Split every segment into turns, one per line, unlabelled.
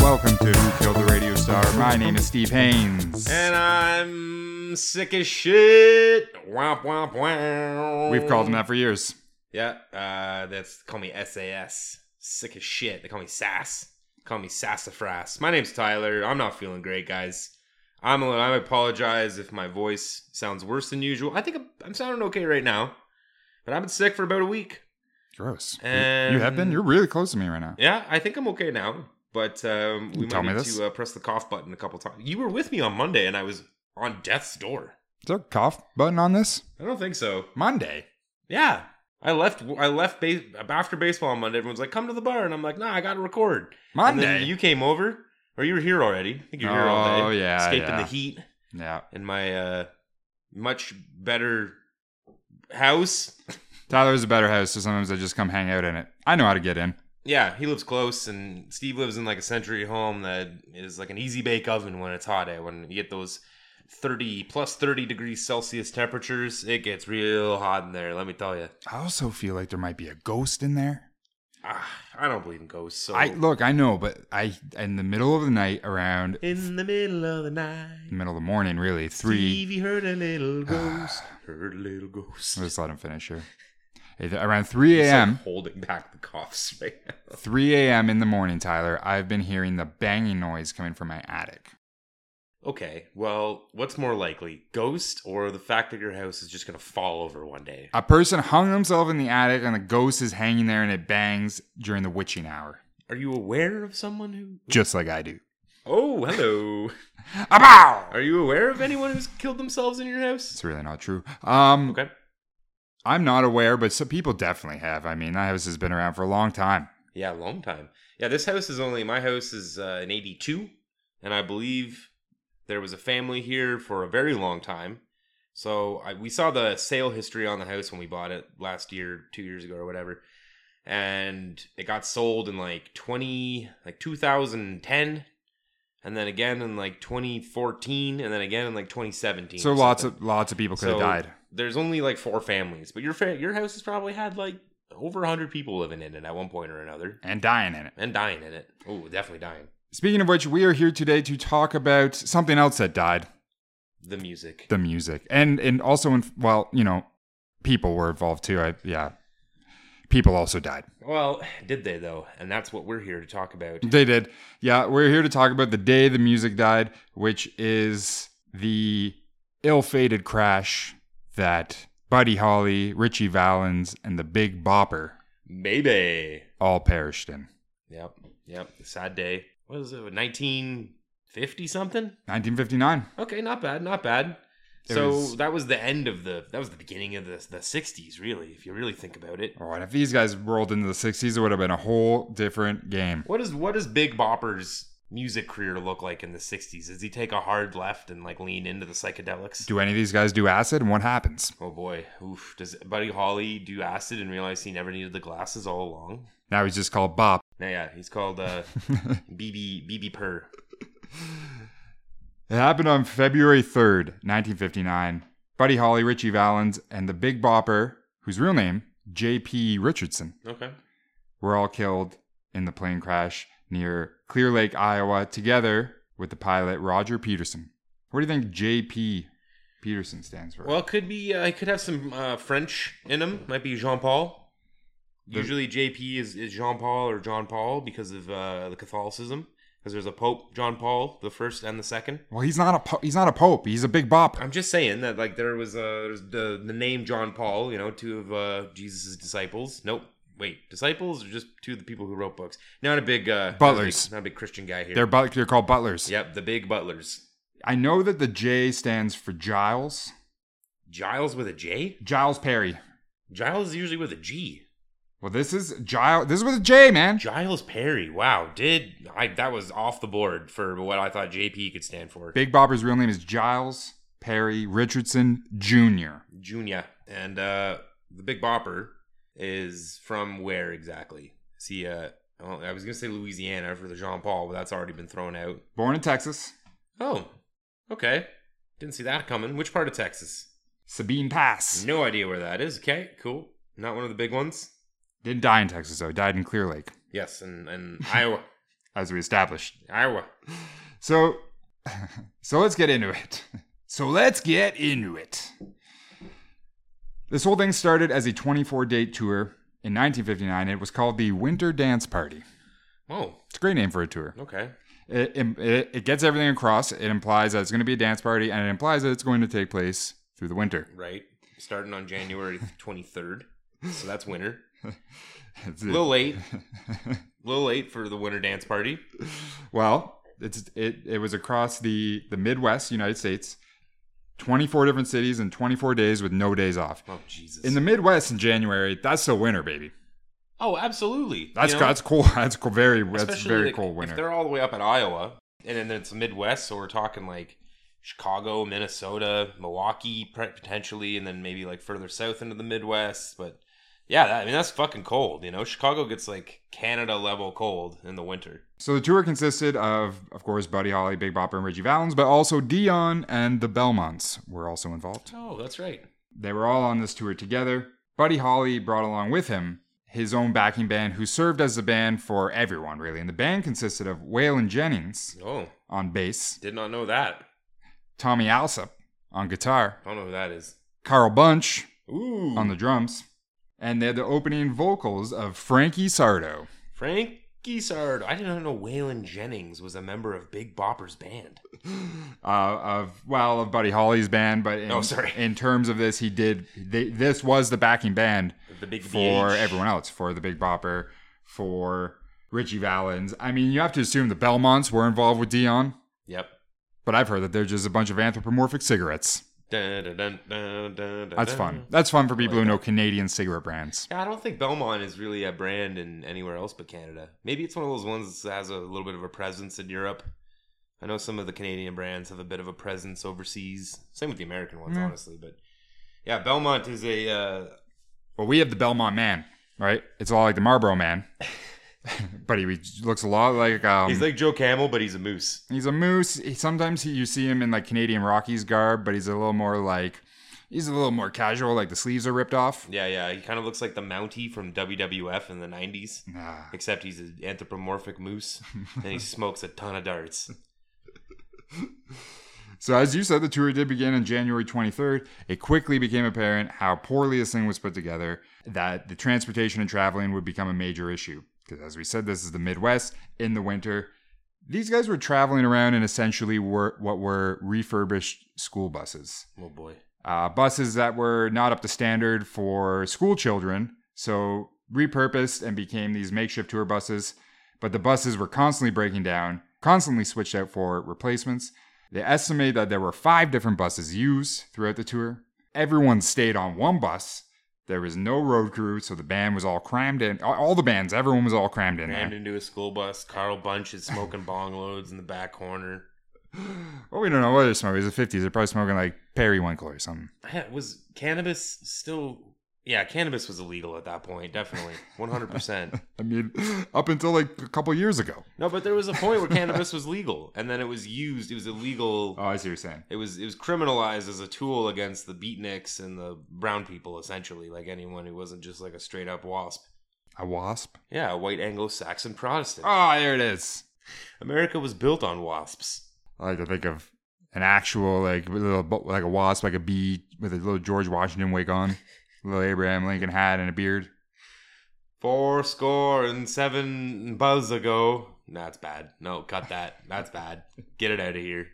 Welcome to Who Killed the Radio Star. My name is Steve Haynes.
And I'm sick as shit. Womp womp womp.
We've called him that for years.
Yeah, uh, that's call me SAS. Sick as shit. They call me Sass. Call me Sassafras. My name's Tyler. I'm not feeling great, guys. I'm. a- I apologize if my voice sounds worse than usual. I think I'm, I'm sounding okay right now, but I've been sick for about a week.
Gross. You-
And-
you have been? You're really close to me right now.
Yeah, I think I'm okay now, but um, we
Tell
might
me
need
this.
to uh, press the cough button a couple times. You were with me on Monday, and I was on death's door.
Is there a cough button on this?
I don't think so.
Monday.
Yeah. I left. I left base, after baseball on Monday. Everyone's like, "Come to the bar," and I'm like, "Nah, I got to record." And
Monday.
then you came over, or you were here already. I think you were here all day.
Oh, yeah,
escaping
yeah.
the heat
yeah.
in my uh, much better house.
Tyler's a better house, so sometimes I just come hang out in it. I know how to get in.
Yeah, he lives close, and Steve lives in like a century home that is like an easy bake oven when it's hot. Eh? When you get those thirty plus thirty degrees Celsius temperatures, it gets real hot in there. Let me tell you.
I also feel like there might be a ghost in there.
Ah, I don't believe in ghosts. So
I look, I know, but I in the middle of the night, around
in the middle of the night.
the middle of the morning, really three.
Stevie heard a little ghost. heard a little ghost.
I'll just let him finish here. It- Around three
It's
a.m.
Like holding back the coughs right now.
3 a.m. in the morning, Tyler, I've been hearing the banging noise coming from my attic.
Okay, well, what's more likely, ghost or the fact that your house is just gonna fall over one day?
A person hung himself in the attic and a ghost is hanging there and it bangs during the witching hour,
Are you aware of someone who?
just like I do.
Oh, hello.
Abow!
Are you aware of anyone who's killed themselves in your house?
It's really not true. Um,
Okay.
I'm not aware, but some people definitely have. I mean, that house has been around for a long time.
Yeah, long time. Yeah, this house is only my house is uh, an '82, and I believe there was a family here for a very long time. So I, we saw the sale history on the house when we bought it last year, two years ago, or whatever. And it got sold in like 20, like 2010, and then again in like 2014, and then again in like 2017.
So
or
lots
something.
of lots of people could
So,
have died.
There's only like four families, but your fa- your house has probably had like over hundred people living in it at one point or another,
And dying in it.
and dying in it. Oh, definitely dying.
Speaking of which, we are here today to talk about something else that died.
The music.
the music and and also in well you know people were involved too i yeah people also died
well, did they though? And that's what we're here to talk about.
they did yeah we're here to talk about the day the music died which is the ill-fated crash that buddy holly richie valens and the big bopper
Maybe.
all perished in
Yep. Yep. Sad day. What is it? Nineteen fifty something.
1959
Okay, not bad. Not bad.
It
so
was-
that was the end of the. That was the beginning of the the '60s, really, if you really think about it.
oh and if these guys rolled into the 60s it would have been a whole different game
What is what does Big Bopper's music career look like in the '60s? Does he take a hard left and like lean into the psychedelics?
do any of these guys do acid and what happens
oh boy, oof! Does Buddy Holly do acid and realize he never needed the glasses all along?
now he's just called bop
Now, yeah, he's called uh, BB BB Purr.
It happened on February 3rd, 1959. Buddy Holly, Richie Valens, and the Big Bopper, whose real name, J.P. Richardson,
Okay.
were all killed in the plane crash near Clear Lake, Iowa, together with the pilot Roger Peterson. What do you think J.P. Peterson stands for?
Well, could be uh, I could have some uh, French in him. Might be Jean Paul.
The-
Usually JP is, is Jean Paul or John Paul because of uh, the Catholicism. Because there's a Pope John Paul the first and the second.
Well, he's not a po- he's not a pope. He's a Big Bopper.
I'm just saying that like there was uh there's the the name John Paul, you know, two of uh Jesus' disciples. Nope. Wait, disciples or just two of the people who wrote books? Not a big uh
Butlers.
Not a big, not a big Christian guy here.
They're but- they're called butlers.
yep, the big butlers.
I know that the J stands for Giles.
Giles with a J?
Giles Perry.
Giles is usually with a G.
Well, this is Giles. This is with a J, man.
Giles Perry. Wow, did I that was off the board for what I thought JP could stand for.
Big Bopper's real name is Giles Perry Richardson Jr.
Junior. And uh the Big Bopper is from where exactly? See uh oh, I was gonna say Louisiana for the Jean Paul, but that's already been thrown out.
Born in Texas,
Oh, okay. Didn't see that coming. Which part of Texas?
Sabine Pass.
No idea where that is. Okay, cool. Not one of the big ones.
Didn't die in Texas, though. Died in Clear Lake,
Yes, and and Iowa,
as we established.
Iowa.
So, so let's get into it. So let's get into it. This whole thing started as a 24 date tour in 1959. It was called the Winter Dance Party.
Oh,
It's a great name for a tour.
okay.
It, it, it gets everything across. It implies that it's going to be a dance party, and it implies that it's going to take place through the winter.
Right. Starting on January twenty third, so that's winter. A little late. A little late for the winter dance party.
Well, it's it it was across the the Midwest United States, 24 different cities in 24 days with no days off.
Oh Jesus!
In the Midwest in January, that's still winter, baby.
oh, absolutely.
That's
You know,
that's cool. That's cool. Very that's
especially,
very
like,
cool
If
winter.
they're all the way up at Iowa, and then it's the Midwest, so we're talking like Chicago, Minnesota, Milwaukee, pre- potentially, and then maybe like further south into the Midwest. But yeah, that, I mean that's fucking cold. You know, Chicago gets like Canada level cold in the winter.
So the tour consisted of, of course, Buddy Holly, Big Bopper, and Richie Valens, but also Dion and the Belmonts were also involved.
Oh, that's right.
They were all on this tour together. Buddy Holly brought along with him his own backing band, who served as the band for everyone, really. And the band consisted of Waylon Jennings
Oh,
on bass,
did not know that.
Tommy Alsop on guitar,
I don't know who that is.
Carl Bunch
Ooh,
on the drums, and they had the opening vocals of Frankie Sardo.
Frankie Sardo. I did not know Waylon Jennings was a member of Big Bopper's band.
Uh, of well, of Buddy Holly's band, but in,
Oh, sorry.
in terms of this, he did. They, this was the backing band
The Big
for
BH.
everyone else, for the Big Bopper, for Richie Valens. I mean, you have to assume the Belmonts were involved with Dion,
Yep.
but I've heard that they're just a bunch of anthropomorphic cigarettes.
Dun, dun, dun, dun, dun, dun,
That's
dun.
fun. That's fun for people who know Canadian cigarette brands.
Yeah, I don't think Belmont is really a brand in anywhere else but Canada. Maybe it's one of those ones that has a little bit of a presence in Europe. I know some of the Canadian brands have a bit of a presence overseas. Same with the American ones,
Yeah.
honestly. But yeah, Belmont is a uh,
But we have the Belmont Man, right? It's a lot like the Marlboro Man, but he looks a lot like um,
he's like Joe Camel, but he's a moose.
He's a moose. He, sometimes he, you see him in like Canadian Rockies garb, but he's a little more like he's a little more casual. Like the sleeves are ripped off.
Yeah, yeah. He kind of looks like the Mountie from WWF in the '90s,
Ah,
except he's an anthropomorphic moose and he smokes a ton of darts.
So as you said, the tour did begin on January 23rd. It quickly became apparent how poorly this thing was put together. That the transportation and traveling would become a major issue because, as we said, this is the Midwest in the winter. These guys were traveling around in essentially were, what were refurbished school buses.
Oh boy.
uh, buses that were not up to standard for school children, so repurposed and became these makeshift tour buses. But the buses were constantly breaking down, constantly switched out for replacements. They estimate that there were five different buses used throughout the tour. Everyone stayed on one bus. There was no road crew, so the band was all crammed in. all- All the bands, everyone was all crammed in
Rammed
there.
into a school bus. Carl Bunch is smoking bong loads in the back corner.
Well, we don't know what they're smoking. It was the 50s. They're probably smoking like Periwinkle or something.
Yeah, was cannabis still yeah cannabis was illegal at that point definitely 100%
I mean, up until like a couple years ago.
no but there was a point where cannabis was legal and then it was used it was illegal
Oh, I see what you're saying.
it was it was criminalized as a tool against the beatniks and the brown people essentially like anyone who wasn't just like a straight up wasp
A wasp?
yeah a white anglo-saxon protestant
Oh, there it is.
america was built on wasps
I like to think of an actual like little bu- like a wasp, like a bee with a little George Washington wig on, little Abraham Lincoln hat and a beard.
four score and seven buzz ago no, that's bad no cut that that's bad get it out of here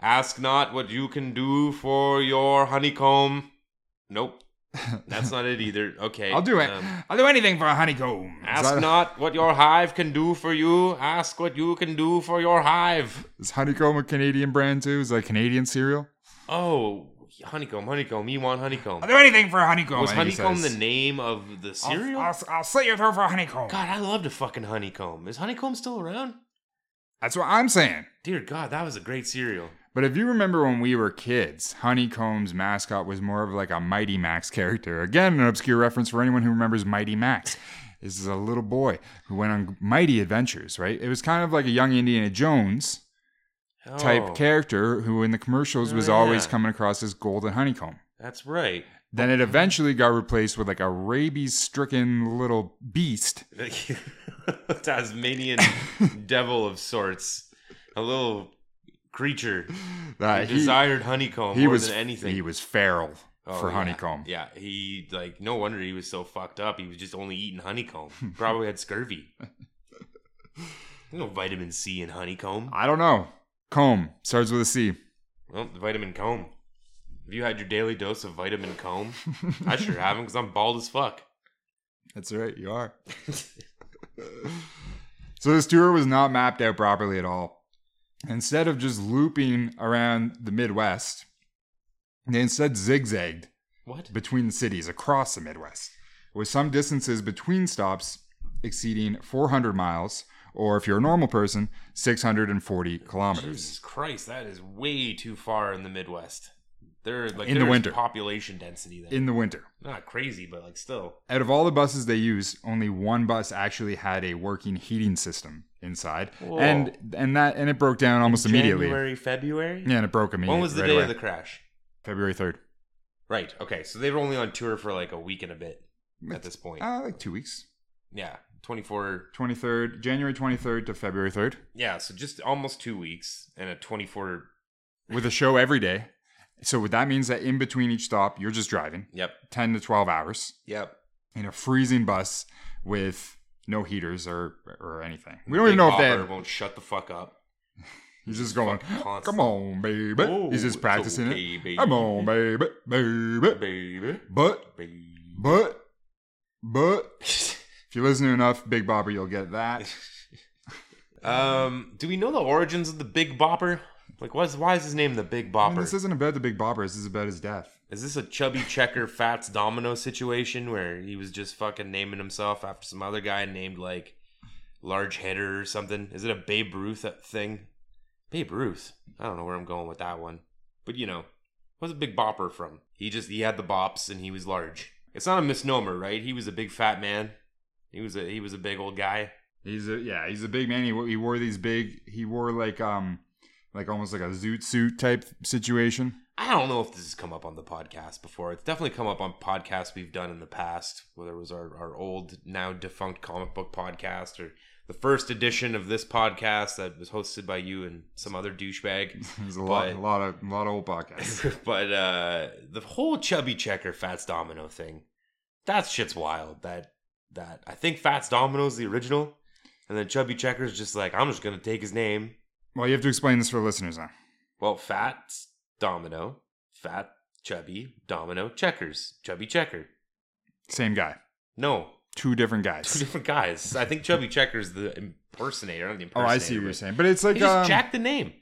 ask not what you can do for your honeycomb nope that's not it either okay
I'll do it.
um,
I'll do anything for a honeycomb. Is
ask
that-
not what your hive can do for you ask what you can do for your hive
Is honeycomb a Canadian brand too? Is it a Canadian cereal?
oh honeycomb honeycomb you want honeycomb
I'll do anything for a honeycomb.
was
I think he
honeycomb the
says.
name of the
I'll-
cereal
I'll, I'll, slit your throat for a honeycomb.
god i loved a fucking honeycomb is honeycomb still around
That's what I'm saying.
Dear God, that was a great cereal.
But if you remember when we were kids, Honeycomb's mascot was more of like a Mighty Max character. Again, an obscure reference for anyone who remembers Mighty Max. This is a little boy who went on mighty adventures, right? It was kind of like a young Indiana Jones, type
Oh,
character who in the commercials
Oh,
was always
yeah.
coming across as gold and honeycomb.
That's right.
Then it eventually got replaced with like a rabies stricken little beast.
Tasmanian devil of sorts, a little creature.
That
he desired honeycomb more than anything.
Uh, He was feral
Oh,
for
yeah.
honeycomb.
Yeah, he like no wonder he was so fucked up. He was just only eating honeycomb. Probably had scurvy. There's no vitamin C in honeycomb.
I don't know. Comb starts with a C.
Well, the vitamin comb. Have you had your daily dose of vitamin comb? I sure haven't because I'm bald as fuck.
That's right, you are. so this tour was not mapped out properly at all. Instead of just looping around the Midwest, they instead zigzagged
What?
between the cities across the Midwest, with some distances between stops exceeding 400 miles, or if you're a normal person, 640 kilometers.
Jesus Christ, that is way too far in the Midwest. There, like,
In the
there's
winter.
population density there.
In the winter.
Not crazy, but like still.
Out of all the buses they used, only one bus actually had a working heating system inside,
Whoa.
and and that and it broke down almost immediately.
January, February.
Yeah, and it broke immediately.
When was the
right
day
away.
of the crash?
February third?
Right. Okay. So they were only on tour for like a week and a bit at this point.
Uh, like two weeks.
yeah. 24.
Twenty third, January twenty third to February third,
Yeah. So just almost two weeks and a 24.
with a show every day. So what that means that in between each stop, you're just driving
Yep.
ten to twelve hours
Yep.
in a freezing bus with no heaters or or anything. We don't
Big
even know if they
Bopper
had.
won't shut the fuck up.
He's just going,
constant.
come on, baby. He's just practicing it.
Baby.
Come on, baby, baby.
Baby.
But
Baby.
But, but if you listen to enough Big Bopper, you'll get that.
um, do we know the origins of the Big Bopper? Like, what's, why is his name the Big
I mean,
Bopper?
this isn't about the Big Bopper. This is about his death.
Is this a chubby checker fats domino situation where he was just fucking naming himself after some other guy named like large header or something? Is it a Babe Ruth uh, thing? Babe Ruth. I don't know where I'm going with that one. But you know, what's a big bopper from? He just he had the bops and he was large. It's not a misnomer, right? He was a big fat man. He was a he was a big old guy.
He's a yeah. He's a big man. He, wo- he wore these big. He wore like um, like almost like a zoot suit type situation.
I don't know if this has come up on the podcast before. It's definitely come up on podcasts we've done in the past, whether it was our, our old, now defunct comic book podcast or the first edition of this podcast that was hosted by you and some other douchebag.
There's a lot,
But-
a lot of, a lot of old podcasts.
but uh, the whole chubby checker Fats Domino thing, that shit's wild. That that I think Fats Domino's the original, and then chubby checker's just like I'm just gonna take his name.
well, you have to explain this for the listeners now.
Well, fat domino, fat chubby domino checkers, chubby checker.
Same guy,
No,
two different
two
guys.
different guys. I think chubby checker's the impersonator, not the
Oh,
impersonator.
I see what you're
but-
saying, but it's like
He just
um, uh,
jacked the name.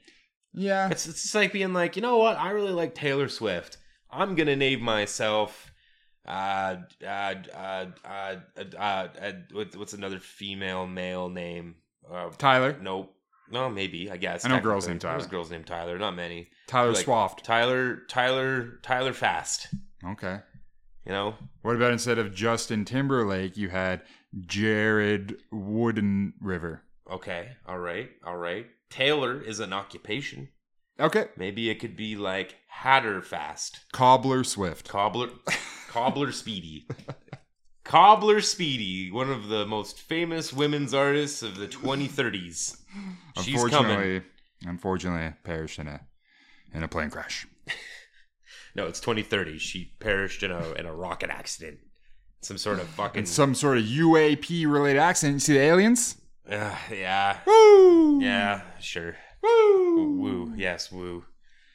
yeah,
It's it's just like being like, you know what? I really like Taylor Swift. I'm gonna name myself. Uh, uh, uh, uh, uh, uh, uh, what- what's another female male name? Uh,
Tyler,
nope. No, maybe I guess.
I know girls
technically.
named Tyler.
There's girls named Tyler. Not many.
Tyler
like-
Swaft.
Tyler, Tyler, Tyler Fast.
Okay.
You know,
What about instead of Justin Timberlake, you had Jared Wooden River?
okay, all right, all right. Taylor is an occupation.
Okay.
Maybe it could be like Hatter Fast,
Cobbler Swift.
Cobbler, Cobbler Speedy, Cobbler Speedy, one of the most famous women's artists of the 2030s. She's coming.
Unfortunately, unfortunately, perished in a in a plane crash.
No, it's 2030. She perished in a in a rocket accident. Some sort of fucking.
In some sort of UAP related accident. You see the aliens?
Ugh, uh, yeah,
Woo!
yeah, sure.
Woo!
Woo, yes, woo.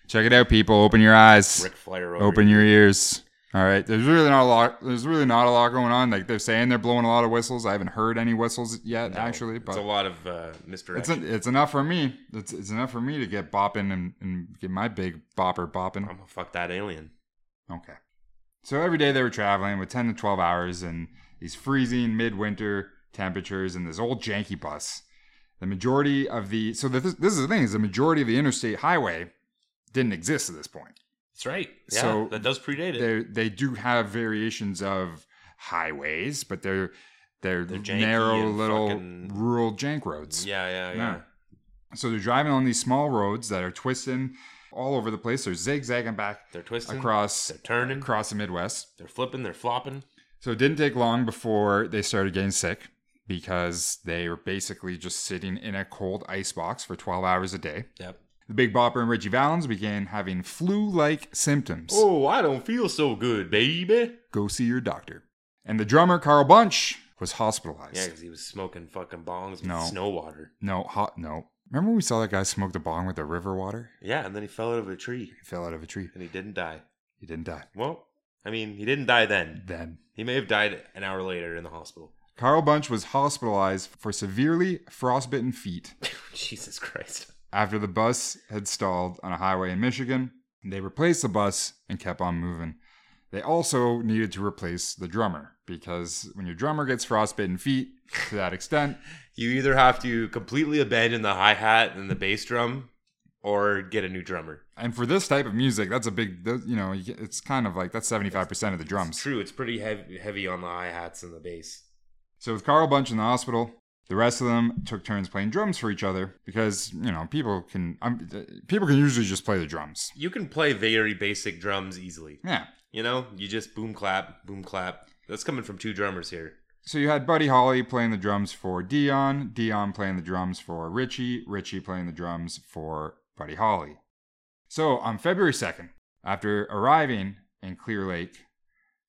Check it out, people. Open your eyes.
Rick Flair over
Open your ears. All right. There's really not a lot. There's really not a lot going on. Like they're saying, they're blowing a lot of whistles. I haven't heard any whistles yet,
No,
actually. But
it's a lot of uh,
It's,
misdirection.
it's enough for me. It's, it's enough for me to get bopping and, and get my big bopper
I'm
bopping.
gonna fuck that alien.
Okay. So every day they were traveling with 10 to 12 hours in these freezing midwinter temperatures in this old janky bus. The majority of the so this this is the thing is the majority of the interstate highway didn't exist at this point.
That's right. Yeah,
So,
that does predate it.
They they do have variations of highways, but they're they're,
They're janky
narrow
and
little
fucking-
rural jank roads.
Yeah, yeah, yeah.
No. So they're driving on these small roads that are twisting all over the place. They're zigzagging back
They're twisting.
across
They're turning.
across the Midwest.
They're flipping. They're flopping.
So it didn't take long before they started getting sick because they were basically just sitting in a cold ice box for 12 hours a day.
Yep.
The Big Bopper and Richie Valens began having flu-like symptoms.
Oh, I don't feel so good, baby.
Go see your doctor. And the drummer Carl Bunch was hospitalized.
Yeah, because he was smoking fucking bongs with
No.
snow water.
No, hot no. Remember when we saw that guy smoke the bong with the river water?
Yeah, and then he fell out of a tree
He fell out of a tree.
and he didn't die.
He didn't die.
Well, I mean, he didn't die then.
Then
He may have died an hour later in the hospital.
Carl Bunch was hospitalized for severely frostbitten feet
Jesus Christ.
after the bus had stalled on a highway in Michigan. They replaced the bus and kept on moving. They also needed to replace the drummer because when your drummer gets frostbitten feet to that extent,
You either have to completely abandon the hi hat and the bass drum or get a new drummer.
and for this type of music, that's a big, th- you know, you- it's kind of like that's 75% of the
It's
drums.
true, it's pretty heavy, heavy on the hi hats and the bass.
So with Carl Bunch in the hospital, the rest of them took turns playing drums for each other because, you know, people can, um, people can usually just play the drums.
You can play very basic drums easily.
Yeah.
You know, you just boom clap, boom clap. That's coming from two drummers here.
So you had Buddy Holly playing the drums for Dion, Dion playing the drums for Richie, Richie playing the drums for Buddy Holly. So on February 2nd, after arriving in Clear Lake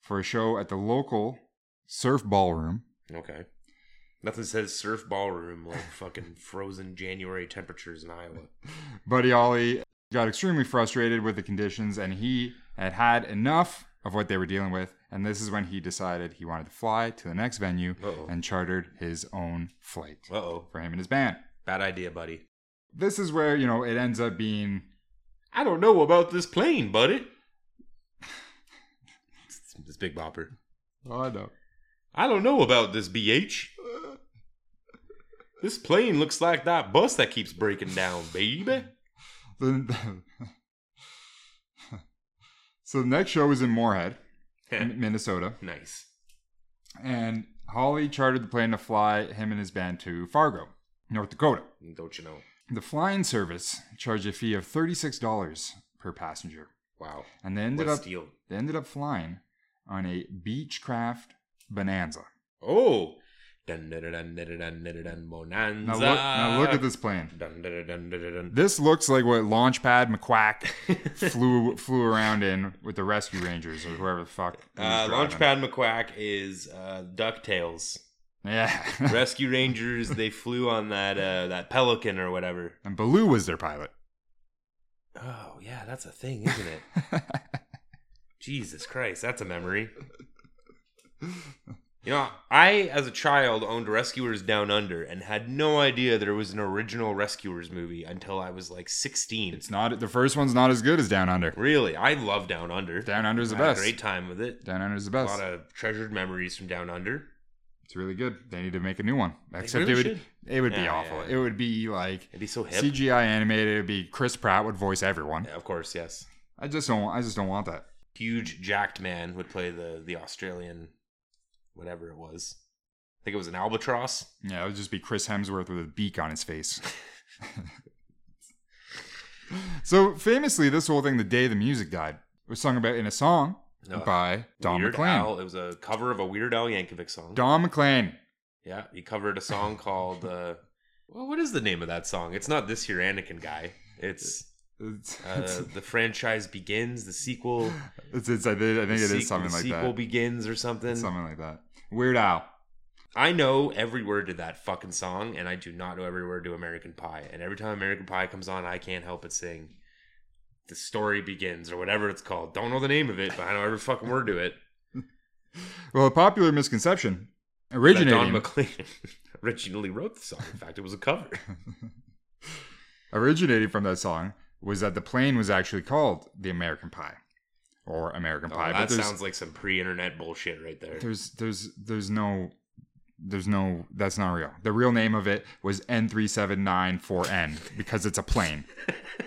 for a show at the local surf ballroom,
Okay. Nothing says surf ballroom like fucking frozen January temperatures in Iowa.
Buddy Holly got extremely frustrated with the conditions and he had had enough of what they were dealing with. And this is when he decided he wanted to fly to the next venue
Uh-oh.
and chartered his own flight
Uh oh.
for him and his band.
Bad idea, buddy.
This is where, you know, it ends up being
I don't know about this plane, buddy. This big bopper.
Oh no.
I don't know about this BH. This plane looks like that bus that keeps breaking down, baby.
The, so the next show was in Moorhead, in Minnesota,
nice.
and Holly chartered the plane to fly him and his band to Fargo, North Dakota.
Don't you know?
The flying service charged a fee of thirty-six dollars per passenger,
Wow.
and they ended
What a
up
steal.
they ended up flying on a Beechcraft Bonanza.
Oh. Dun dun dun dun dun dun dun dun bonanza.
Now look, now look at this plane.
Dun dun dun dun dun dun.
This looks like what Launchpad McQuack
dun.
flew flew around in with the Rescue Rangers or whoever the fuck. he was
Uh,
driving.
Launchpad McQuack is uh, Ducktales.
Yeah.
Rescue Rangers. They flew on that uh, that pelican or whatever.
And Baloo was their pilot.
Oh yeah, that's a thing, isn't it? Jesus Christ, that's a memory. You know, I as a child owned Rescuers Down Under and had no idea there was an original Rescuers movie until I was like 16.
it's not the first one's not as good as Down Under.
really, I love Down Under.
Down Under's the
I had
best.
a great time with it.
Down Under's the
A
best.
lot of treasured memories from Down Under.
it's really good. They need to make a new one. Except
really
it would
should.
it would be
Yeah,
awful.
yeah.
It would be like
It'd be so hip.
CGI animated. It'd be Chris Pratt would voice everyone.
Yeah, of course, yes.
I just don't. I just don't want that.
Huge jacked man would play the the Australian, whatever it was. I think it was an albatross.
Yeah, it would just be Chris Hemsworth with a beak on his face. so famously, this whole thing, "The Day the Music Died," was sung about in a song
No,
by Don
Weird
McLean.
Al- it was a cover of a Weird Al Yankovic song.
Don McLean.
Yeah, he covered a song called. Uh, well, what is the name of that song? It's not this year Anakin guy. It's
It's,
uh, the franchise begins. The sequel.
it's, it's, I think I think
the
it
sequ-
is something
the
like
sequel
that.
begins or something.
Something like that. Weird Al.
I know every word to that fucking song, and I do not know every word to American Pie. And every time American Pie comes on, I can't help but sing. The story begins, or whatever it's called. Don't know the name of it, but I know every fucking word to it.
Well, a popular misconception
That
originating
Don McLean originally wrote the song. In fact, it was a cover.
originating from that song was that the plane was actually called the American Pie or American
Oh,
Pie.
that
there's,
sounds like some pre-internet bullshit right there.
there's there's there's no there's no that's not real. The real name of it was N3794N because it's a plane.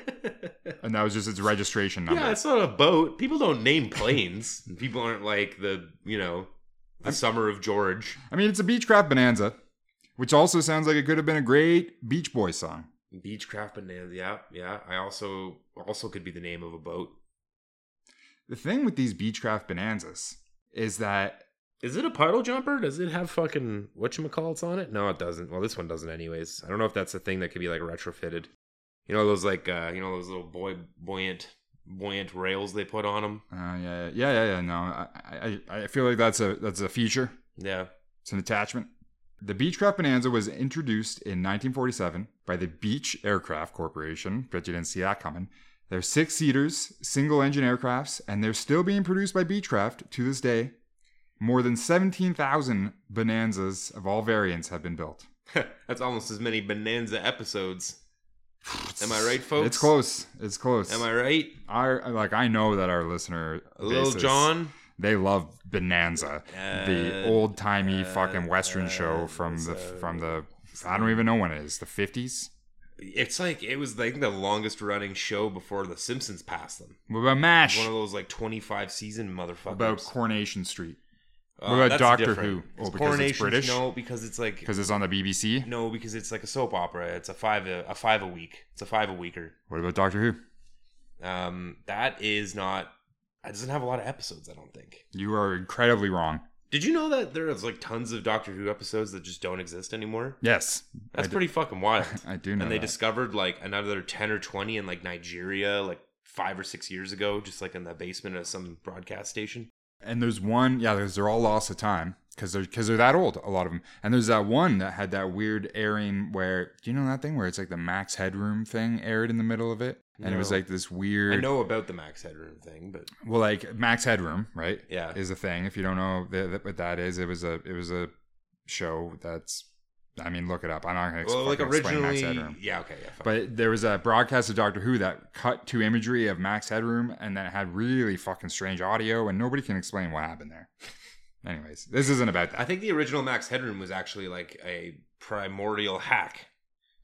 and that was just its registration number.
Yeah, it's not a boat. People don't name planes. People aren't like the you know the summer of George.
I mean, it's a Beechcraft Bonanza, which also sounds like it could have been a great Beach Boys song.
Beechcraft Bonanza. Yeah, yeah. I also also could be the name of a boat.
The thing with these Beechcraft Bonanzas is that
Is it a puddle jumper? Does it have fucking whatchamacallits on it? No, it doesn't. Well, this one doesn't, anyways. I don't know if that's a thing that could be like retrofitted. You know those like uh, you know those little boy buoyant buoyant rails they put on them.
uh, yeah, yeah, yeah, yeah. No, I, I, I I feel like that's a that's a feature.
Yeah,
It's an attachment. The Beechcraft Bonanza was introduced in 1947 by the Beech Aircraft Corporation. Bet you didn't see that coming. They're six seaters, single engine aircrafts, and they're still being produced by Beechcraft to this day. More than 17,000 Bonanzas of all variants have been built.
that's almost as many Bonanza episodes. Am I right, folks?
It's close. It's close.
Am I right?
Our like I know that our listener,
Little
basis,
John.
they love Bonanza, the
Uh,
old timey fucking
uh,
western
uh,
show from the
so-
from the I don't even know when it is the fifties.
It's like it was like the longest running show before The Simpsons passed them.
What about
It's
Mash?
One of those like twenty five season motherfuckers.
What about Coronation Street?
Uh,
what about
that's
Doctor
different.
Who? Oh, because
It's
it's
Coronation's-
British?
No, because it's like
Because it's on the BBC.
no, because it's like a soap opera. It's a five a, a five a week. It's a five a weeker.
What about Doctor Who?
Um, that is not. It doesn't have a lot of episodes. I don't think.
You are incredibly wrong.
Did you know that there's like tons of Doctor Who episodes that just don't exist anymore?
Yes,
That's
I do-
pretty fucking wild.
I do know.
and they
that.
discovered like another 10 or 20 in like nigeria like five or six years ago just like in the basement of some broadcast station
And there's one, yeah, there's, they're all lost to time because they're because they're that old, a lot of them. And there's that one that had that weird airing where do you know that thing where it's like the Max Headroom thing aired in the middle of it, and it was
No.
like this weird.
i know about the max headroom thing but
Well, like Max Headroom, right?
yeah
Is a thing. If you don't know th- th- what that is, it was a it was a show that's. I mean, look it up. I'm not gonna ex-
well like
fucking explain
originally
Max Headroom.
yeah okay yeah fine.
But there was a broadcast of Doctor Who that cut to imagery of Max Headroom, and then it had really fucking strange audio, and nobody can explain what happened there. Anyways, this isn't about that.
i think the original max headroom was actually like a primordial hack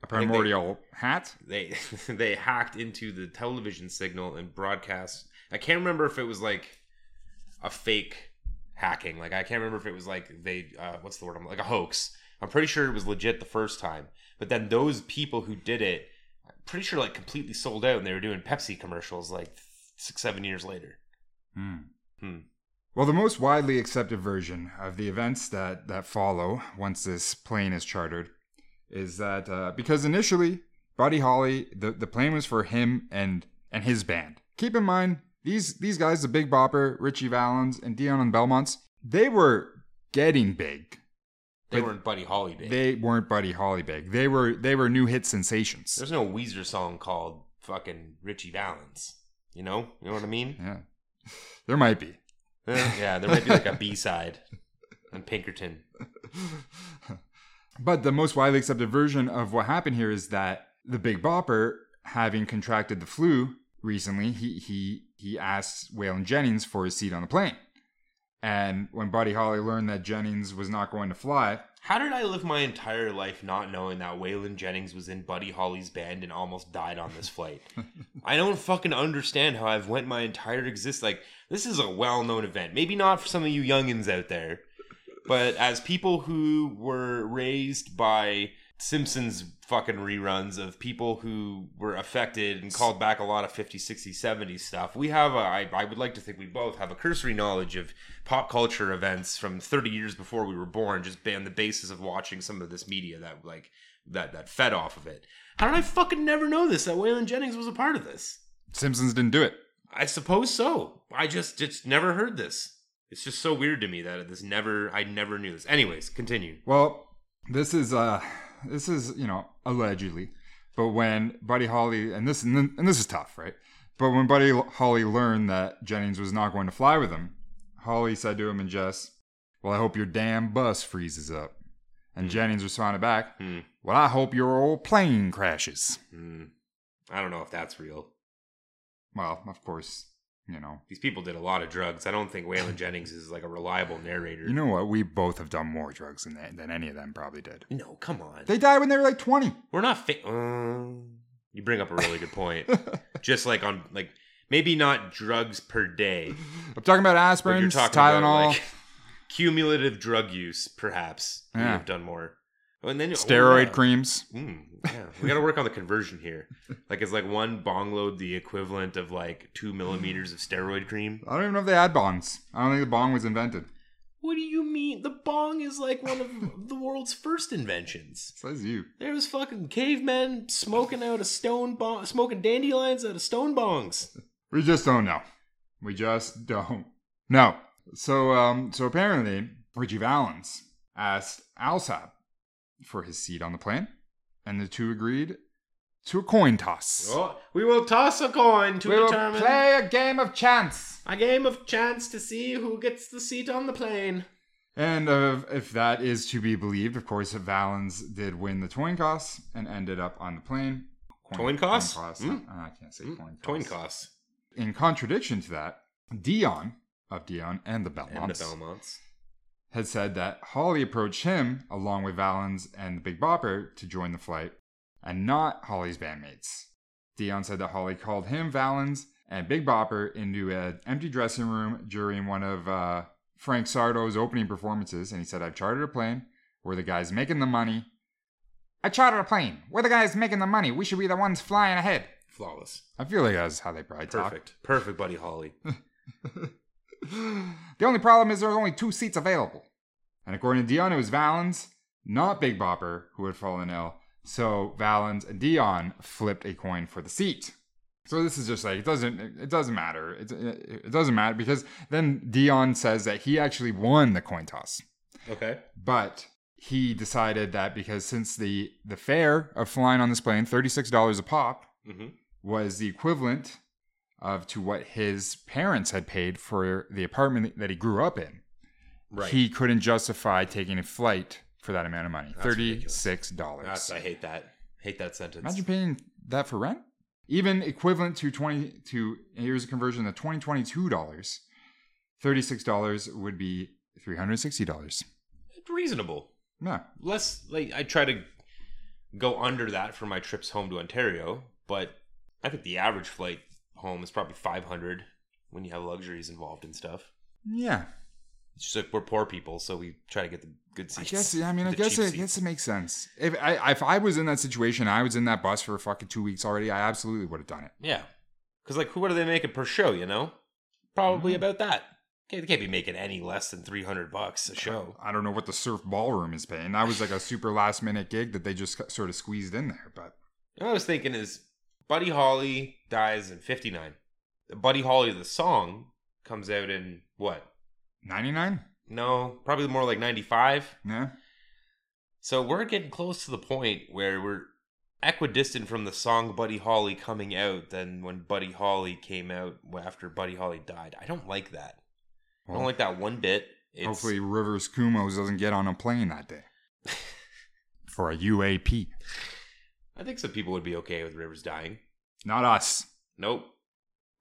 A
think they-
primordial hat.
they they hacked into the television signal and broadcast i can't remember if it was like a fake hacking like i can't remember if it was like they uh, what's the word i'm like a hoax i'm pretty sure it was legit the first time but then those people who did it i'm pretty sure like completely sold out and they were doing pepsi commercials like six seven years later
Hmm.
Hmm.
Well, the most widely accepted version of the events that, that follow once this plane is chartered is that uh, because initially, Buddy Holly, the, the plane was for him and and his band. Keep in mind, these these guys, the Big Bopper, Richie Valens, and Dion and Belmonts, they were getting big.
they
But
weren't buddy holly big
They weren't Buddy Holly big. They were they were new hit sensations.
there's no weezer song called fucking richie valens you know you know what i mean
Yeah, there might be.
Eh, yeah, there might be like a B side on Pinkerton.
But the most widely accepted version of what happened here is that the Big Bopper, having contracted the flu recently, he he he asked Waylon Jennings for his seat on the plane. And when Buddy Holly learned that Jennings was not going to fly,
How did I live my entire life not knowing that Waylon Jennings was in Buddy Holly's band and almost died on this flight? I don't fucking understand how I've went my entire exist. Like this is a well-known event. Maybe not for some of you youngins out there, but as people who were raised by Simpsons fucking reruns of people who were affected and called back a lot of 50s, 60s, 70s stuff. We have a, I, I would like to think we both have a cursory knowledge of pop culture events from 30 years before we were born, just on the basis of watching some of this media that like, that, that fed off of it. How did I fucking never know this, that Waylon Jennings was a part of this?
Simpsons didn't do it.
I suppose so. I just, just never heard this. It's just so weird to me that this never, I never knew this. Anyways, continue.
Well, this is uh this is, you know, allegedly. But when Buddy Holly and this and this is tough, right? But when Buddy Holly learned that Jennings was not going to fly with him, Holly said to him and Jess, "Well, I hope your damn bus freezes up." And
Hmm.
Jennings responded back,
Hmm.
"Well, I hope your old plane crashes."
Hmm. I don't know if that's real.
Well, of course, you know.
These people did a lot of drugs. I don't think Waylon Jennings is like a reliable narrator.
You know what? We both have done more drugs than they, than any of them probably did.
no, come on.
They died when they were like 20.
We're not. Fa- uh, you bring up a really good point. Just like on like maybe not drugs per day,
I'm talking about
but you're
aspirins,
talking
Tylenol.
about like cumulative drug use. Perhaps you
Yeah.
have done more. Oh, and then
Steroid
oh, yeah.
creams.
Mm, yeah, we got to work on the conversion here. Like, it's like one bong load the equivalent of like two millimeters of steroid cream?
I don't even know if they had bongs. I don't think the bong was invented.
What do you mean? The bong is like one of the world's first inventions.
Says you.
There was fucking cavemen smoking out of stone bong, smoking dandelions out of stone bongs.
We just don't know. We just don't know. So, um, so apparently, Richie Valens asked Alsop for his seat on the plane, and the two agreed to a coin toss.
Well, Oh, we will toss a coin to
Oh. we will
determine
play a game of chance,
a game of chance to see who gets the seat on the plane.
and uh, if that is to be believed, of course, Valens did win the coin toss and ended up on the plane.
Coin toss? Mm.
I can't say coin
Coin
toss.
costs.
In contradiction to that, Dion of Dion and the Belmonts.
And the Belmonts.
had said that Holly approached him along with Valens and the Big Bopper to join the flight, and not Holly's bandmates. Dion said that Holly called him, Valens, and Big Bopper into an empty dressing room during one of uh, Frank Sardo's opening performances, and he said, "I've chartered a plane. We're the guys making the money. I chartered a plane. We're the guys making the money. We should be the ones flying ahead."
Flawless.
I feel like that's how they probably talk.
Perfect. Perfect, buddy Holly.
the only problem is there are only two seats available. And according to Dion, it was Valens, not Big Bopper, who had fallen ill. So Valens and Dion flipped a coin for the seat. So this is just like it doesn't it doesn't matter. It, it, it doesn't matter because then Dion says that he actually won the coin toss.
Okay.
But he decided that because since the the fare of flying on this plane, $36 a pop,
Mhm.
was the equivalent of to what his parents had paid for the apartment that he grew up in.
Right.
He couldn't justify taking a flight for that amount of money.
That's
Thirty-six
That's,
dollars.
I hate that. Hate that sentence.
Imagine paying that for rent. Even equivalent to twenty to here's a conversion to twenty twenty-two dollars. Thirty-six dollars would be three hundred sixty dollars.
Reasonable.
No,
less like I try to go under that for my trips home to Ontario, but I think the average flight home is probably 500 when you have luxuries involved and stuff.
yeah.
It's just like we're poor people, so we try to get the good
I
seats.
guess. I mean, I
the
guess
cheap
it, I
seats.
guess it makes sense. If I if I was in that situation, I was in that bus for fucking two weeks already. I absolutely would have done it.
Yeah, because like, who- what are they making per show? You know, probably
Mhm.
about that. Can't, they can't be making any less than 300 bucks a show.
I don't know what the Surf Ballroom is paying. That was like a super last minute gig that they just got- sort of squeezed in there. But
What I was thinking is, Buddy Holly dies in 59. Buddy Holly, the song, comes out in what?
ninety nine,
No, probably more like 95.
yeah,
So we're getting close to the point where we're equidistant from the song Buddy Holly coming out than when Buddy Holly came out after Buddy Holly died. I don't like that. I
Well,
don't like that one bit. It's,
hopefully Rivers Kumos doesn't get on a plane that day for a UAP.
I think some people would be okay with Rivers dying.
Not us.
Nope.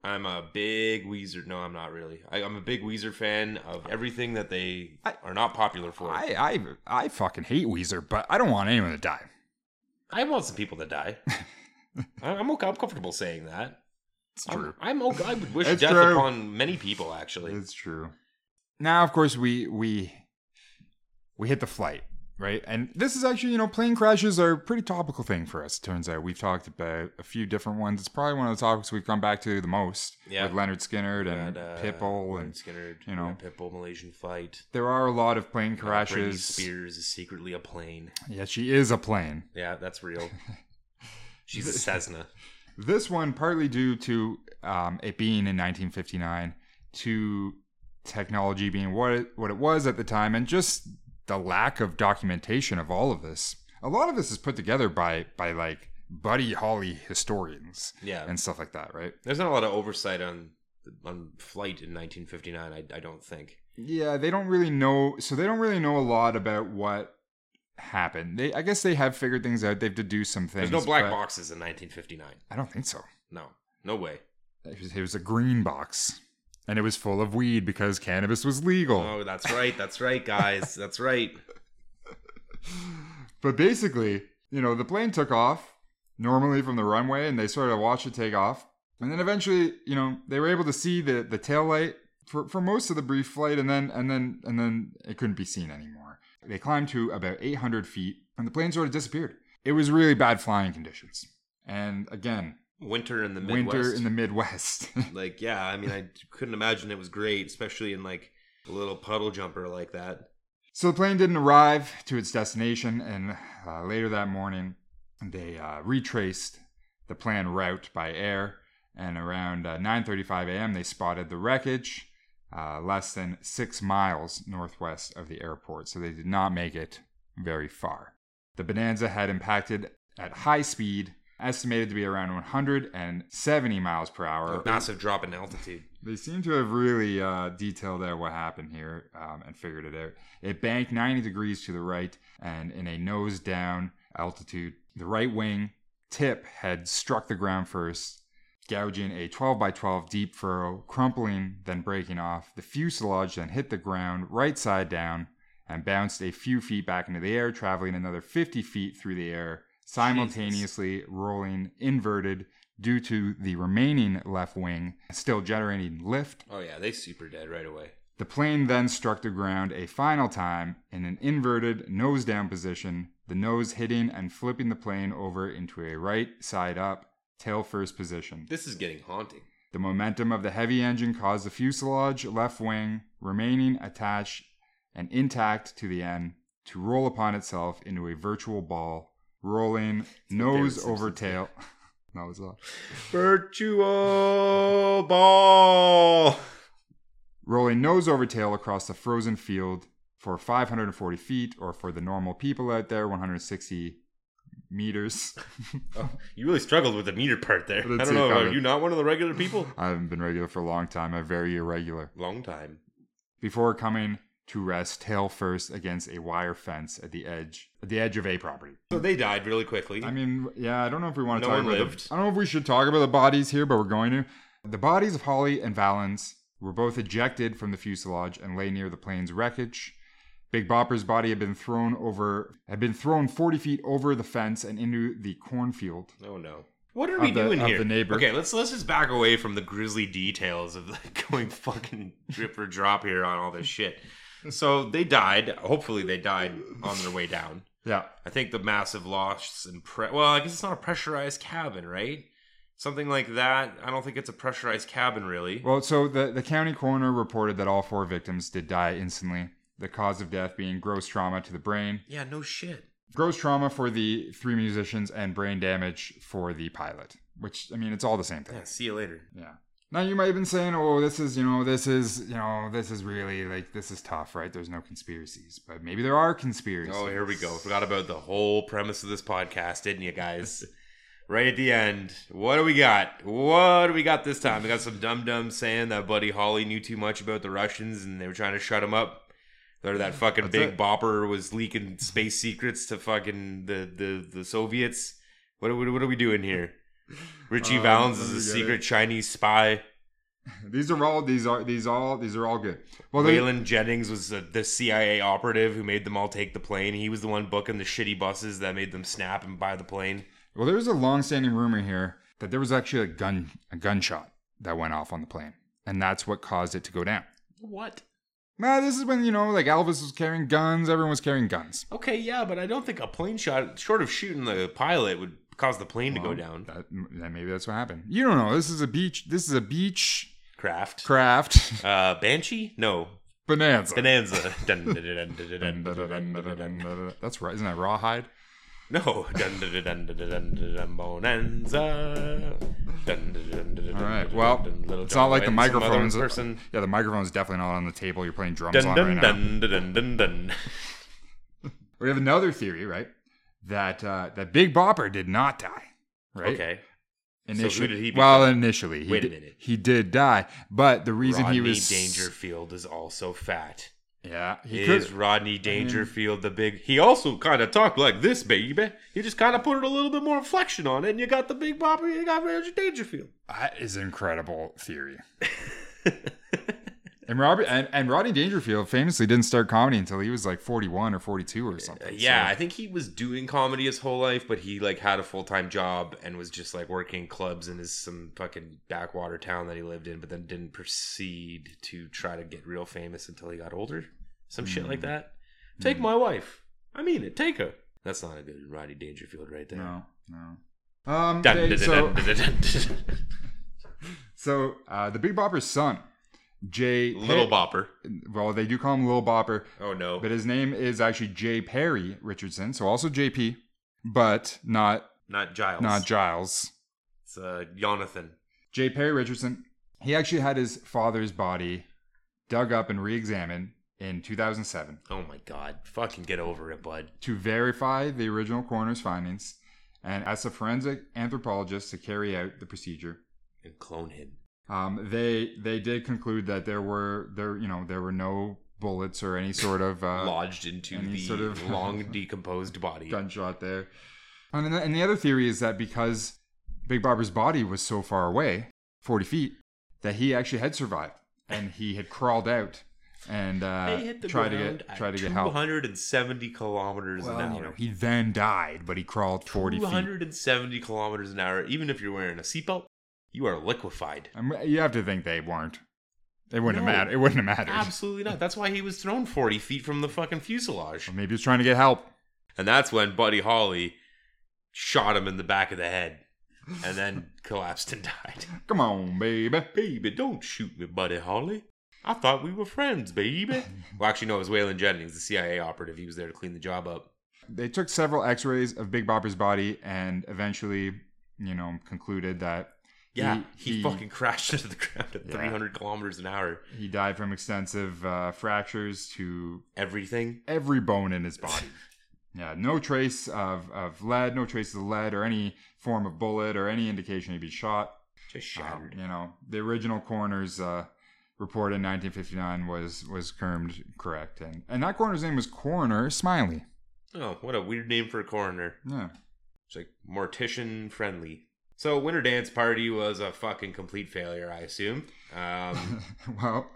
I'm a big Weezer. No, I'm not really. I, I'm a big Weezer fan of everything that they
I-
are not popular for. I,
I I I fucking hate Weezer, but I don't want anyone to die.
want some people to die. I- I'm okay. I'm comfortable saying that.
It's
I'm, I'm okay. I would wish
It's
death
true.
upon many people. Actually,
It's true. Now, of course, we we we hit the flight, right? And this is actually, you know, plane crashes are a pretty topical thing for us. It turns out we've talked about a few different ones. It's probably one of the topics we've come back to the most
Yeah.
with Leonard Skinner and
Got, uh,
Pitbull,
Leonard
and
Skinner,
you know.
yeah, Pitbull Malaysian fight Uh,
there are a lot of plane
Britney
crashes.
Spears is secretly a plane.
Yeah, she is a plane.
Yeah, that's real. She's a Cessna.
This one, partly due to um, it being in 1959, to technology being what it, what it was at the time, and just the lack of documentation of all of this. A lot of this is put together by by like Buddy Holly historians
Yeah,
and stuff like that, right?
there's not a lot of oversight on on flight in 1959. I, I don't think.
Yeah, they don't really know. So they don't really know a lot about what happened. They, I guess, they have figured things out. They've deduced some things.
There's no black
but
boxes in 1959.
I don't think so.
No, no way.
It was, it was a green box, and it was full of weed because cannabis was legal.
Oh, that's right. That's right, guys. That's right.
but basically, you know, the plane took off normally from the runway and they sort of watched it take off. And then eventually, you know, they were able to see the the tail light for, for most of the brief flight and then and then and then it couldn't be seen anymore. They climbed to about 800 feet, and the plane sort of disappeared. It was really bad flying conditions. And again,
Winter in the Midwest.
winter in the Midwest.
like yeah, I mean, I couldn't imagine it was great, especially in like a little puddle jumper like that.
So the plane didn't arrive to its destination, and uh, later that morning, they uh, retraced the planned route by air. And around uh, 9:35 a.m., they spotted the wreckage uh, less than six miles northwest of the airport. So they did not make it very far. The Bonanza had impacted at high speed, estimated to be around 170 miles per hour.
Massive drop in altitude.
They seem to have really uh, detailed out what happened here um, and figured it out. It banked 90 degrees to the right, and in a nose down altitude, the right wing tip had struck the ground first, gouging a 12 by 12 deep furrow, crumpling, then breaking off. The fuselage then hit the ground right side down and bounced a few feet back into the air, traveling another 50 feet through the air, simultaneously rolling inverted due to the remaining left wing still generating lift.
Oh yeah, they super dead right away.
The plane then struck the ground a final time in an inverted nose down position, the nose hitting and flipping the plane over into a right side up, tail first position.
This is getting haunting.
The momentum of the heavy engine caused the fuselage left wing, remaining attached and intact to the end, to roll upon itself into a virtual ball, rolling nose
Simpson
over
thing.
tail. no, it's not.
Virtual ball.
rolling nose over tail across the frozen field for 540 feet, or for the normal people out there, 160 meters.
You really struggled with the meter part there. I
Let's
don't
see,
know. Are
comment.
you not one of the regular people?
I haven't been regular for a long time. I'm very irregular.
Long time.
Before coming to rest tail first against a wire fence at the edge, at the edge of a property.
So they died really quickly.
I mean, yeah, I don't know if we want to
No
talk
one
about
lived.
The, I don't know if we should talk about the bodies here, but we're going to. The bodies of Holly and Valens were both ejected from the fuselage and lay near the plane's wreckage. Big Bopper's body had been thrown over had been thrown 40 feet over the fence and into the cornfield.
oh no. What are
Of
we
the-
doing
of
here?
the neighbor.
Okay, let's let's just back away from the grisly details of like, going fucking drip for drop here on all this shit. So they died. Hopefully they died on their way down.
Yeah.
I think the massive loss in pre- well, I guess it's not a pressurized cabin, right? Something like that. I don't think it's a pressurized cabin, really.
Well, so the, the county coroner reported that all four victims did die instantly, the cause of death being gross trauma to the brain,
yeah, no shit.
gross trauma for the three musicians, and brain damage for the pilot. Which, I mean, it's all the same thing.
Yeah, see you later.
Yeah. Now you might have been saying, "Oh, this is you know, this is you know, this is really like this is tough, right? There's no conspiracies, but maybe there are conspiracies."
Oh, here we go. Forgot about the whole premise of this podcast, didn't you guys? right at the end, what do we got? What do we got this time? We got some dum dum saying that Buddy Holly knew too much about the Russians and they were trying to shut him up. Or that fucking
That's
big
it.
bopper was leaking space secrets to fucking the the, the Soviets. What are, we, what are we doing here? Richie
Um,
Valens is
let
a
me get
secret Chinese spy.
These are all these are these all these are all good. Well, they,
Waylon Jennings was the, the CIA operative who made them all take the plane. He was the one booking the shitty buses that made them snap and buy the plane.
well, there's a long-standing rumor here that there was actually a gun a gunshot that went off on the plane, and that's what caused it to go down.
What?
Nah, this is when you know, like Elvis was carrying guns, everyone was carrying guns.
Okay, yeah, but I don't think a plane shot, short of shooting the pilot, would cause the plane to go
Well,
down.
That, that maybe that's what happened. You don't know. This is a beach. This is a beach
Craft.
craft
uh, Banshee? No.
bonanza.
Bonanza. Dun, dun, dun, dun, dun, dun, dun, dun, dun, dun.
That's right. Isn't that rawhide?
No. Dun, dun, dun, dun, dun, dun, dun, dun, Bonanza. Dun, dun, dun, dun, dun,
All right.
dun,
Well,
dun, dun, Little
it's not
John
like the
Wayne, some other
microphone's.
person.
Yeah, the microphone's definitely not on the table. You're playing drums
Dun,
on
dun,
right now.
dun, dun, dun, dun.
We have another theory, right? That uh, that Big Bopper did not die, right?
Okay.
Initially,
who did he become?
well, initially, he
Wait a
did,
minute.
he did die, but the reason
Rodney
he was
Dangerfield is also fat.
yeah, he
is
could.
Rodney Dangerfield the big? He also kind of talked like this, baby. You just kind of put a little bit more inflection on it, and you got the big bopper. You got Roger Dangerfield.
That is an incredible theory. and Robert and, and Rodney Dangerfield famously didn't start comedy until he was like 41 or 42 or something.
Uh, yeah,
so-
I think he was doing comedy his whole life, but he like had a full time job and was just like working clubs in his some fucking backwater town that he lived in, but then Hmm. didn't proceed to try to get real famous until he got older. Some shit like that. Take my wife. I mean it. Take her. That's not a good Roddy Dangerfield right there.
No, no. Um,
Dun,
they-
dun,
so,
dun, dun, dun, dun, dun, dun.
so uh, the Big Bopper's son, Jay
Little
Pe-
Bopper.
Well, they do call him Little Bopper,
Oh no.
but his name is actually Jay Perry Richardson, so also JP, but not
not Giles.
not Giles.
it's uh, Jonathan.
Jay Perry Richardson. He actually had his father's body dug up and re-examined in 2007
Oh my god. Fucking get over it, bud.
to verify the original coroner's findings and asked a forensic anthropologist to carry out the procedure.
And clone him.
Um, they they did conclude that there were there you know there were no bullets or any sort of uh,
Lodged into
and
the
he's sort of-
long decomposed body.
gunshot there. And then, and the other theory is that because Big Barber's body was so far away, forty feet, that he actually had survived and he had crawled out and uh,
They hit the
tried to
ground
get
at
tried to get help.
270 kilometers
Well,
an
you know,
hour.
he then died, but he crawled forty feet.
270 kilometers an hour. Even if you're wearing a seatbelt, you are liquefied.
I'm, you have to think they weren't. It wouldn't
No.
have mattered. It wouldn't have mattered.
Absolutely not. That's why he was thrown 40 feet from the fucking fuselage.
Maybe he was trying to get help.
And that's when Buddy Holly shot him in the back of the head and then collapsed and died.
Come on, baby.
Baby, don't shoot me, Buddy Holly. I thought we were friends, baby. well, actually, no, it was Waylon Jennings, the CIA operative. He was there to clean the job up.
they took several x-rays of big bopper's body and eventually you know concluded that
Yeah,
he,
he, fucking crashed into the ground at
Yeah.
300 kilometers an hour.
he died from extensive uh, fractures to
Everything.
every bone in his body yeah no trace of, of lead no trace of lead or any form of bullet or any indication he'd be shot
Just
Um,
shattered.
you know the original coroner's uh, report in 1959 was was confirmed correct and and that coroner's name was coroner smiley
Oh, what a weird name for a coroner.
yeah
It's like mortician friendly. So, Winter Dance Party was a fucking complete failure, I assume. Um,
well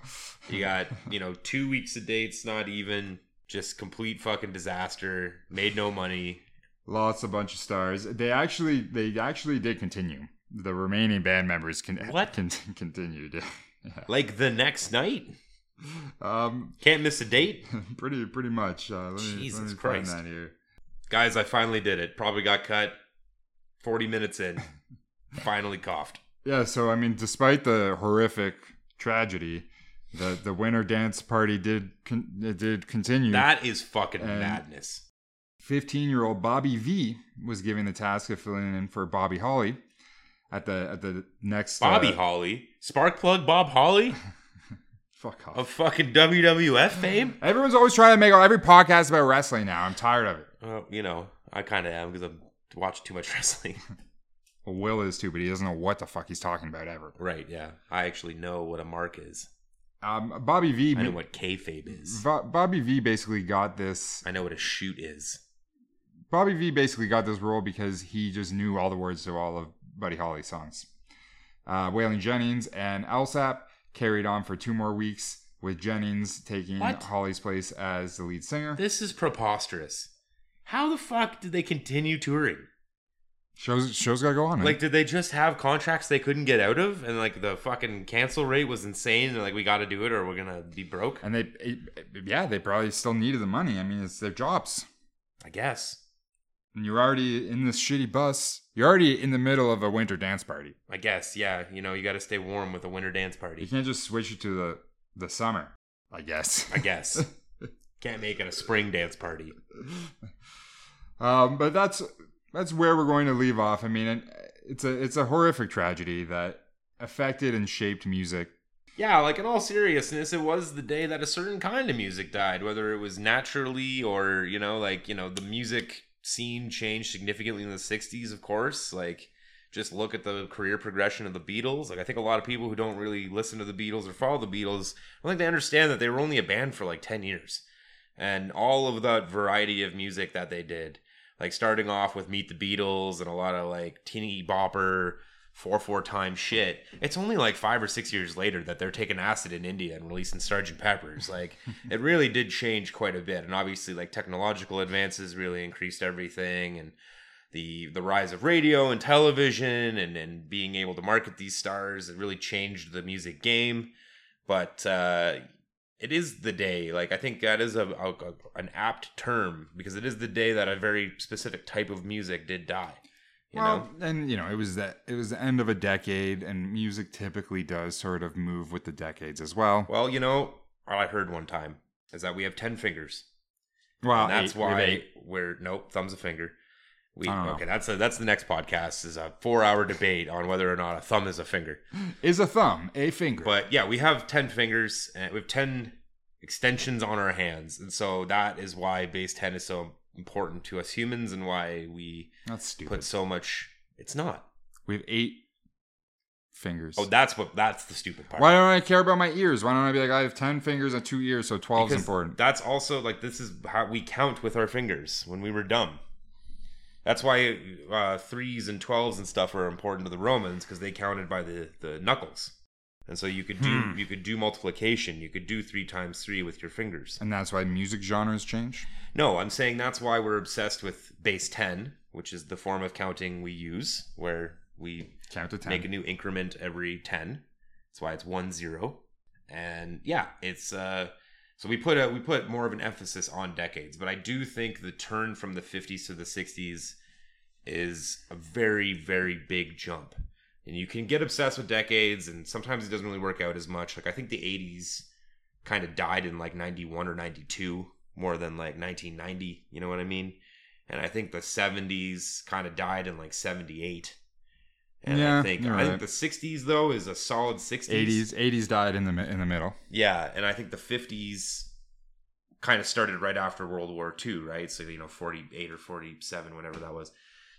you got, you know, two weeks of dates, not even. Just complete fucking disaster. Made no money.
lost a bunch of stars. They actually they actually did continue. The remaining band members can
What?
con- continued. yeah.
Like the next night?
Um,
Can't miss a date?
pretty pretty much. Uh, let me,
Jesus
let me
Christ.
find that here.
Guys, I finally did it. Probably got cut 40 minutes in. finally coughed.
Yeah, so I mean, despite the horrific tragedy, the the winter dance party did con- it did continue.
That is fucking
And-
madness.
15 year old Bobby V was given the task of filling in for Bobby Holly at the at the next
Bobby
uh,
Holly? Sparkplug Bob Holly?
Fuck off.
Of fucking WWF fame?
Everyone's always trying to make every podcast about wrestling now. I'm tired of it.
Well, you know, I kind of am because I'm watching too much wrestling.
Well, Will is too, but he doesn't know what the fuck he's talking about ever.
right, yeah. I actually know what a mark is.
Um, Bobby V.
I know what kayfabe is.
Bo- Bobby V. Basically got this.
I know what a shoot is.
Bobby V. Basically got this role because he just knew all the words to all of Buddy Holly's songs. Uh, Waylon Jennings and Elsap carried on for two more weeks, with Jennings taking
What?
Holly's place as the lead singer.
This is preposterous. How the fuck did they continue touring?
shows shows gotta go on. man.
Like, did they just have contracts they couldn't get out of? And, like, the fucking cancel rate was insane. And, like, we gotta do it or we're gonna be broke?
and they, it- yeah, they probably still needed the money. I mean, it's their jobs.
I guess.
and you're already in this shitty bus. You're already in the middle of a winter dance party.
I guess, yeah. You know, you gotta stay warm with a winter dance
You
party.
can't just switch it to the the summer, I guess.
I guess. Can't make it a spring dance party.
um, but that's that's where we're going to leave off. I mean, and it's a it's a horrific tragedy that affected and shaped music.
Yeah, like in all seriousness, it was the day that a certain kind of music died, whether it was naturally or, you know, like, you know, the music scene changed significantly in the 60s, of course. Like, just look at the career progression of the Beatles. Like, I think a lot of people who don't really listen to the Beatles or follow the Beatles, I don't think they understand that they were only a band for like 10 years. And all of that variety of music that they did, like starting off with Meet the Beatles and a lot of like teeny bopper, four four time shit. It's only like five or six years later that they're taking acid in India and releasing Sergeant Peppers. Like it really did change quite a bit, and obviously like technological advances really increased everything and. The, the rise of radio and television and, and being able to market these stars it really changed the music game but uh, it is the day. Like I think that is a, a an apt term because it is the day that a very specific type of music did die. You know.
well, and you know, it was that it was the end of a decade, and music typically does sort of move with the decades as well.
Well, you know, all I heard one time is that we have ten fingers.
Well,
And
Ah,
that's
eight-
why
we have eight.
we're nope, thumbs a finger. We
Oh.
okay. That's a, that's the next podcast is a four hour debate on whether or not a thumb is a finger.
is a thumb, a finger.
But yeah, we have ten fingers and we have ten extensions on our hands, and so that is why base ten is so important to us humans, and why we
that's stupid.
put so much. It's not.
we have eight fingers.
Oh, that's what that's the stupid part.
why don't I care about my ears? Why don't I be like I have ten fingers and two ears, so twelve is
Because
important.
That's also like this is how we count with our fingers when we were dumb. That's why uh, threes and twelves and stuff were important to the Romans because they counted by the, the knuckles, and so you could do
Hmm.
you could do multiplication. You could do three times three with your fingers.
and that's why music genres change.
No, I'm saying that's why we're obsessed with base ten, which is the form of counting we use, where we
Count to ten.
make a new increment every 10 that's why it's one zero and yeah it's uh so we put a we put more of an emphasis on decades but i do think the turn from the 50s to the 60s is a very very big jump and you can get obsessed with decades and sometimes it doesn't really work out as much like i think the 80s kind of died in like 91 or 92 more than like 1990 you know what i mean and i think the 70s kind of died in like 78 and
Yeah,
i think
you're
i
right.
think the 60s though is a solid 60s
Eighties, eighties died in the mi- in the middle.
yeah and i think the 50s kind of started right after world war ii right so you know 48 or 47 whenever that was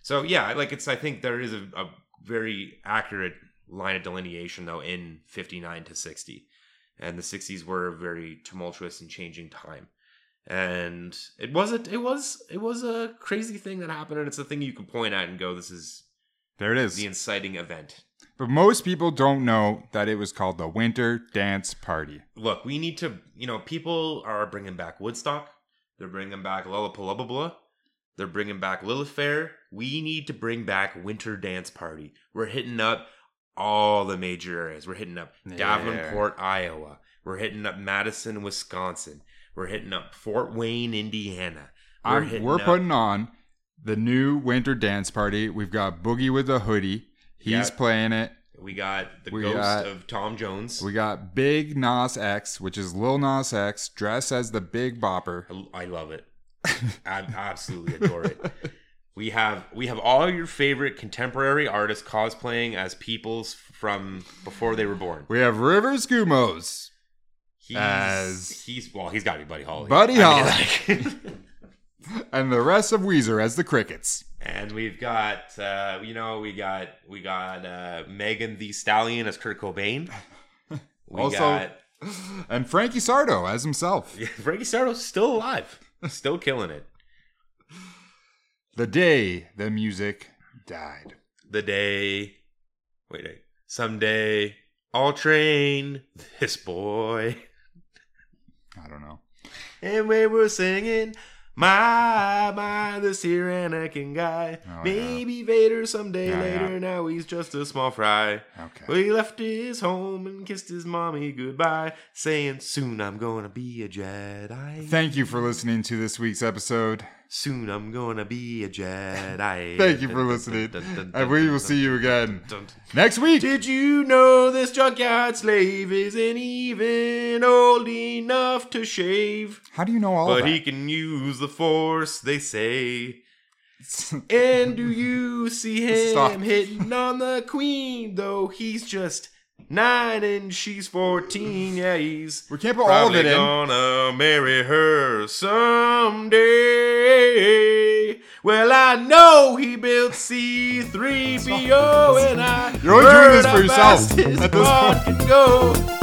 so yeah like it's i think there is a, a very accurate line of delineation though in 59 to 60 and the 60s were a very tumultuous and changing time and it was a, it was it was a crazy thing that happened and it's a thing you can point at and go this is
There it is.
the inciting event
But most people don't know that it was called the Winter Dance Party.
look, we need to, you know, people are bringing back Woodstock. They're bringing back Lollapalooza. They're bringing back Lilith Fair. We need to bring back Winter Dance Party. We're hitting up all the major areas. We're hitting up
Yeah.
Davenport, Iowa. We're hitting up Madison, Wisconsin. We're hitting up Fort Wayne, Indiana. We're
I'm- We're,
hitting up-
putting on the new Winter Dance Party. We've got Boogie with a hoodie. He's
Yeah.
playing it.
We got the
we
ghost
got-
of Tom Jones.
We got Big Nas X, which is Lil Nas X, dressed as the Big Bopper.
I I love it. I absolutely adore it. We have we have all your favorite contemporary artists cosplaying as peoples from before they were born.
We have Rivers Gumos.
He's
As-
he's well, he's got to be Buddy Holly.
Buddy
mean, like-
and the rest of Weezer as the Crickets.
and we've got uh, you know we got we got uh, Megan the Stallion as Kurt Cobain. We
Also-
got
And Frankie Sardo as himself.
Frankie Sardo's still alive, still killing it.
The day the music died.
the day. Wait, wait. Someday I'll train this boy.
I don't know.
And we were singing, My, my, this here Anakin guy.
Oh, yeah.
Maybe Vader someday
Yeah,
later,
yeah.
now he's just a small fry.
Okay.
Well, he left his home and kissed his mommy goodbye, saying, Soon I'm gonna be a Jedi.
Thank you for listening to this week's episode.
Soon I'm gonna be a Jedi.
Thank you for listening. And we will see you again next week.
Did you know this junkyard slave isn't even old enough to shave?
How do you know all
but
that?
he can use the force, they say. And do you see him
Stop.
hitting on the queen? Though he's just nine and she's 14. Yeah, he's
we can't put all of
probably
it in.
gonna marry her someday. Well, I know he built C3PO and I.
You're only doing this for
heard how
yourself
fast his
at this
heart
point.
can go.